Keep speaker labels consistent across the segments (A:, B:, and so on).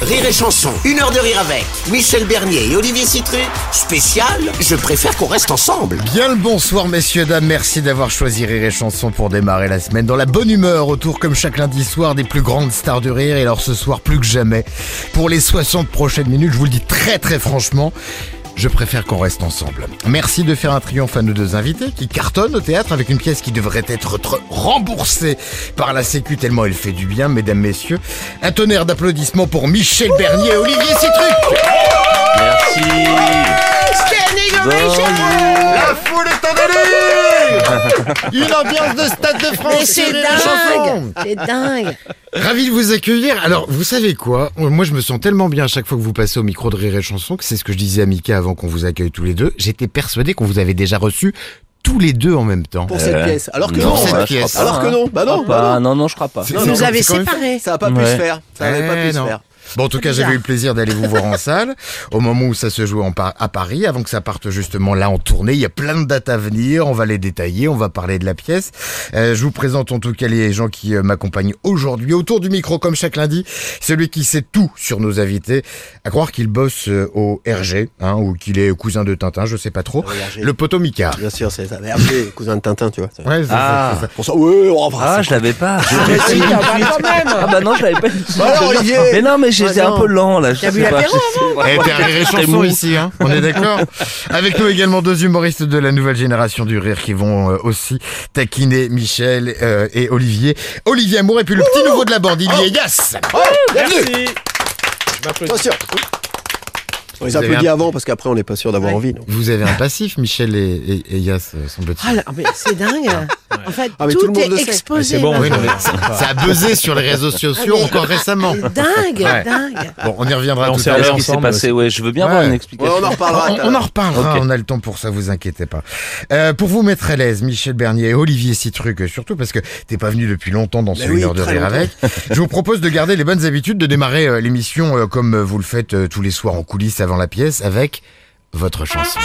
A: Rire et Chanson, une heure de rire avec Michel Bernier et Olivier Citruc, spécial, je préfère qu'on reste ensemble.
B: Bien le bonsoir messieurs, dames, merci d'avoir choisi Rire et Chanson pour démarrer la semaine dans la bonne humeur, autour comme chaque lundi soir des plus grandes stars du rire et alors ce soir plus que jamais, pour les 60 prochaines minutes, je vous le dis très très franchement, je préfère qu'on reste ensemble. Merci de faire un triomphe à nos deux invités qui cartonnent au théâtre avec une pièce qui devrait être tr- remboursée par la Sécu tellement elle fait du bien, mesdames, messieurs. Un tonnerre d'applaudissements pour Michel Bernier et Olivier Citruc
C: Merci. Bonjour.
B: La foule est en délire Une ambiance de Stade de France sur les chansons
D: C'est dingue
B: Ravi de vous accueillir. Alors, vous savez quoi Moi, je me sens tellement bien à chaque fois que vous passez au micro de Rire et Chanson que c'est ce que je disais à Mika avant qu'on vous accueille tous les deux. J'étais persuadé qu'on vous avait déjà reçu tous les deux en même temps.
E: pour cette
C: Euh,
E: pièce. Alors que
B: non,
E: non,
B: cette
C: bah, je
B: pièce.
C: crois pas,
E: alors que
C: hein.
E: non, bah
C: Je
E: non,
C: crois
E: bah
C: pas,
E: non.
C: non, non, je crois pas.
E: Non,
D: Vous
E: non,
D: nous avez
B: c'est quand même-
D: séparés
E: ça a pas pu
C: Ouais.
E: se faire. Ça n'avait pas
B: Eh
E: pu se
B: non.
E: faire.
B: Bon, en tout cas,
D: bizarre.
B: j'avais eu le plaisir d'aller vous voir en salle au moment où ça se jouait en Par- à Paris, avant que ça parte justement là en tournée. Il y a plein de dates à venir, on va les détailler, on va parler de la pièce. Euh, je vous présente en tout cas les gens qui euh, m'accompagnent aujourd'hui autour du micro comme chaque lundi. Celui qui sait tout sur nos invités, à croire qu'il bosse euh, au RG, hein, ou qu'il est cousin de Tintin, je sais pas trop.
E: Oui, RG.
B: Le poteau Micard.
E: Bien sûr, c'est ça. Mais après, cousin de Tintin, tu vois. c'est-
B: Ouais, c'est-
C: Ah.
B: c'est- c'est-
E: Pour ça, ouais, on va
C: Ah, je l'avais pas. Je l'avais pas mis tout de suite. Ah bah non, je l'avais pas. du tout.
E: Voilà, Olivier.
C: Mais non, mais j'étais
E: Ah,
C: un
E: non.
C: peu lent là. Je
D: T'as bu
C: sais pas.
D: l'apéro
B: Eh, t'es un rire et
C: Très
B: chanson
C: mou.
B: ici, hein on est d'accord Avec nous également deux humoristes de la nouvelle génération du rire qui vont euh, aussi taquiner Michel euh, et Olivier. Olivier Amour et puis le petit nouveau de la bande, il y est Yass
E: Bienvenue. Attention. On les
B: Vous avez
E: applaudit
B: un-
E: avant parce qu'après, on n'est pas sûr d'avoir
D: Ouais.
E: envie. non.
B: Vous avez un passif, Michel et, et, et Yass, euh, semble-t-il.
D: Ah, là, mais c'est dingue En fait,
E: Ah, mais
D: tout,
E: tout le monde le
D: est
E: sait.
D: exposé.
B: bon, oui, non,
D: maintenant.
B: mais ça, ça a buzzé sur les réseaux sociaux
D: Ah, mais-
B: encore récemment.
D: C'est dingue,
B: Ouais.
D: dingue
B: Bon, on y reviendra
F: On
B: tout
F: s'est
B: à
F: allé
B: l'heure.
C: Qu'est-ce qui s'est
F: ensemble,
C: passé Ouais, je veux bien
B: Ouais.
C: avoir une
E: Ouais, Oh,
C: explication.
E: on en reparlera.
B: On, on en reparlera,
C: Ok.
B: on a le temps pour ça, vous inquiétez pas. Euh, pour vous mettre à l'aise, Michel Bernier et Olivier Citruc, euh, surtout parce que t'es pas venu depuis longtemps dans ce
E: Mais Bah oui,
B: une heure de
E: très
B: rire
E: longtemps.
B: avec, je vous propose de garder les bonnes habitudes, de démarrer euh, l'émission euh, comme euh, vous le faites euh, tous les soirs en coulisses avant la pièce avec votre chanson.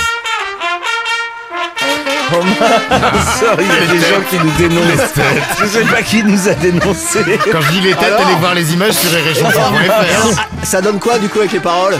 C: Il y a des gens qui nous dénoncent. Je sais pas qui nous a dénoncés.
B: Quand je dis les têtes,
E: Alors
B: allez voir les images sur rrchanson.fr.
E: Ça donne quoi du coup avec les paroles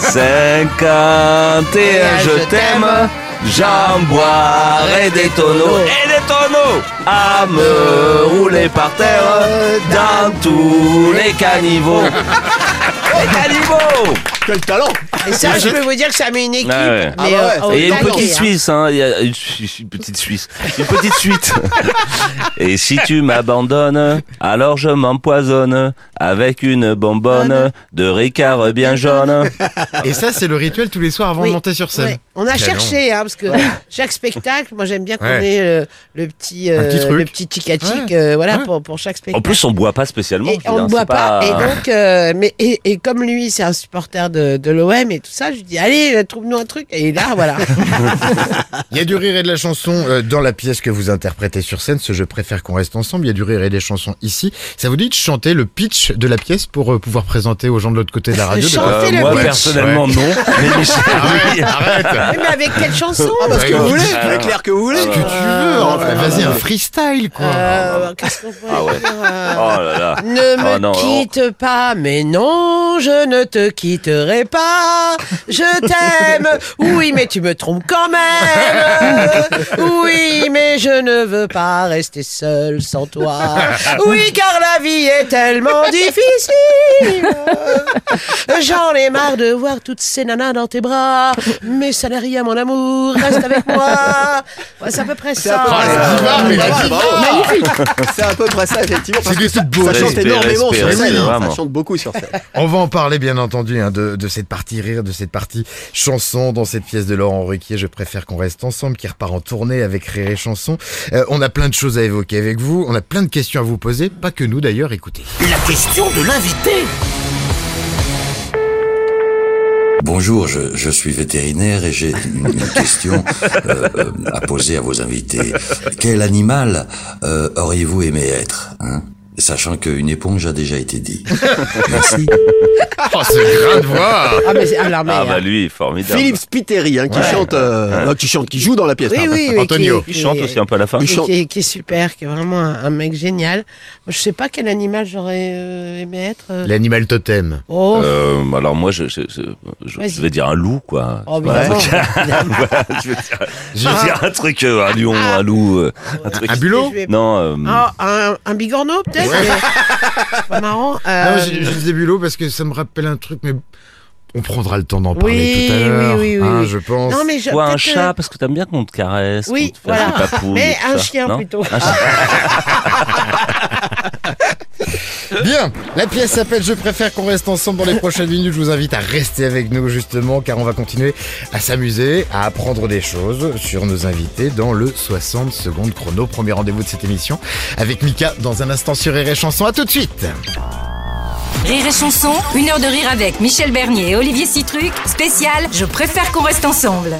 C: 51, je t'aime. J'en boirai des tonneaux et des tonneaux à me rouler par terre Euh, dans tous les caniveaux. Les caniveaux
E: Quel talent
D: Et ça, je peux vous dire que ça met une équipe.
C: Ah ouais.
E: Ah ouais.
D: euh, au
C: Et il y a une
D: taquet,
C: petite
D: hein.
C: Suisse, hein. Il y a une, su- une petite Suisse. Une petite suite. Et si tu m'abandonnes, alors je m'empoisonne avec une bonbonne de Ricard bien jaune.
B: Et ça, c'est le rituel tous les soirs avant
D: Oui.
B: de monter sur scène.
D: Ouais. On a
B: Quel
D: cherché, hein, parce que chaque spectacle, moi j'aime bien qu'on
B: Ouais.
D: ait euh, le petit, euh,
B: Un petit truc.
D: le petit chica-chic,
B: Ouais.
D: euh, voilà,
B: Ouais.
D: pour, pour chaque spectacle.
C: En plus, on boit pas spécialement.
D: Et
C: je veux
D: on
C: dire,
D: ne
C: c'est
D: boit pas.
C: pas-
D: Et donc, euh, mais et, et comme lui, c'est un supporter de, de l'OM et tout ça, je lui dis allez, euh, trouve-nous un truc. Et là, voilà.
B: Il y a du rire et de la chanson euh, dans la pièce que vous interprétez sur scène, ce Je préfère qu'on reste ensemble, il y a du rire et des chansons ici. Ça vous dit de chanter le pitch de la pièce pour euh, pouvoir présenter aux gens de l'autre côté de la radio de- Ah
D: chanter.
C: Euh,
D: le
C: moi,
D: pitch.
C: personnellement, non. Mais Michel, oui.
B: Arrête
D: mais avec quelle chanson
E: Ah, parce que
B: Ouais,
E: vous
B: ouais.
E: voulez,
C: Ah,
E: très
C: non.
E: clair que vous
C: Ah,
E: voulez.
C: ouais.
B: Ce que tu veux, en fait. vas-y, un freestyle quoi
D: Euh, Qu'est-ce qu'on pourrait dire euh,
C: Oh là là.
D: Ne me
C: Oh non,
D: quitte pas, mais non, je ne te quitterai pas. Je t'aime. Oui, mais tu me trompes quand même. Oui, mais je ne veux pas rester seul sans toi. Oui, car la vie est tellement difficile. J'en ai marre de voir toutes ces nanas dans tes bras. Mais ça n'est rien, mon amour. Reste avec moi. Ouais, c'est à peu près
E: C'est à
D: ça. Ah,
E: peu près
B: la diva, mais la
E: ça. Ah,
B: diva.
E: Bravo. C'est à peu près ça, effectivement. parce
B: C'est
E: que
B: du tout beau.
E: Ça chante
C: Respect,
E: énormément sur
C: respect,
E: scène.
C: respect,
E: hein. Ça
C: vraiment.
E: chante beaucoup sur scène.
B: On va en parler bien entendu hein, de, de cette partie rire, de cette partie chanson dans cette pièce de Laurent Ruquier. Je préfère qu'on reste ensemble, qui repart en tournée avec Rire et Chanson. Euh, on a plein de choses à évoquer avec vous, on a plein de questions à vous poser, pas que nous d'ailleurs, écoutez.
A: La question de l'invité.
G: Bonjour, je, je suis vétérinaire et j'ai une, une question euh, euh, à poser à vos invités. Quel animal euh, auriez-vous aimé être hein sachant qu'une éponge a déjà été dit.
B: Oh, ce grain de voix
D: Ah, mais c'est à l'armée.
C: Ah
D: hein.
C: bah lui, formidable.
E: Philippe Spiteri, hein, qui chante, euh, euh, qui chante, qui joue dans la pièce.
D: Oui,
E: pardon.
D: oui, oui.
B: Antonio.
D: qui-
C: Il chante
D: qui-
C: aussi un peu à la fin.
E: Il
D: qui-
E: chante.
D: Qui, qui est super, qui est vraiment un, un mec génial. Je sais pas quel animal j'aurais euh, aimé être. euh.
B: L'animal totem.
D: Oh,
C: Euh, alors moi, je, je, je- je-
D: Vas-y.
C: je vais dire un loup, quoi.
D: oh,
C: Voilà,
D: évidemment.
C: je vais dire, je
D: Ah.
C: vais dire un truc, euh, un lion, un loup, euh, un truc.
B: Un bulot
D: Je vais-
C: Non, euh,
D: Ah, un, un bigorneau peut-être mais- Pas marrant. euh,
B: Non, je, je disais bulot parce que ça me rappelle un truc, mais on prendra le temps d'en
D: Oui,
B: parler tout à
D: oui,
B: l'heure.
D: oui, oui,
B: hein,
D: oui.
B: je pense.
D: non, mais je,
C: toi, un
D: peut-être,
C: chat,
D: euh,
C: parce que t'aimes bien qu'on te caresse.
D: Oui,
C: qu'on te fasse
D: voilà.
C: des papouilles
D: Mais
C: et tout
D: un
C: ça,
D: chien
C: non
D: plutôt.
C: Un chien.
B: Bien, la pièce s'appelle Je préfère qu'on reste ensemble dans les prochaines minutes. Je vous invite à rester avec nous justement car on va continuer à s'amuser, à apprendre des choses sur nos invités dans le 60 secondes chrono. Premier rendez-vous de cette émission avec Mika dans un instant sur Rire et Chanson. À tout de suite
F: Rire et chanson, une heure de rire avec Michel Bernier et Olivier Citruc, spécial Je préfère qu'on reste ensemble.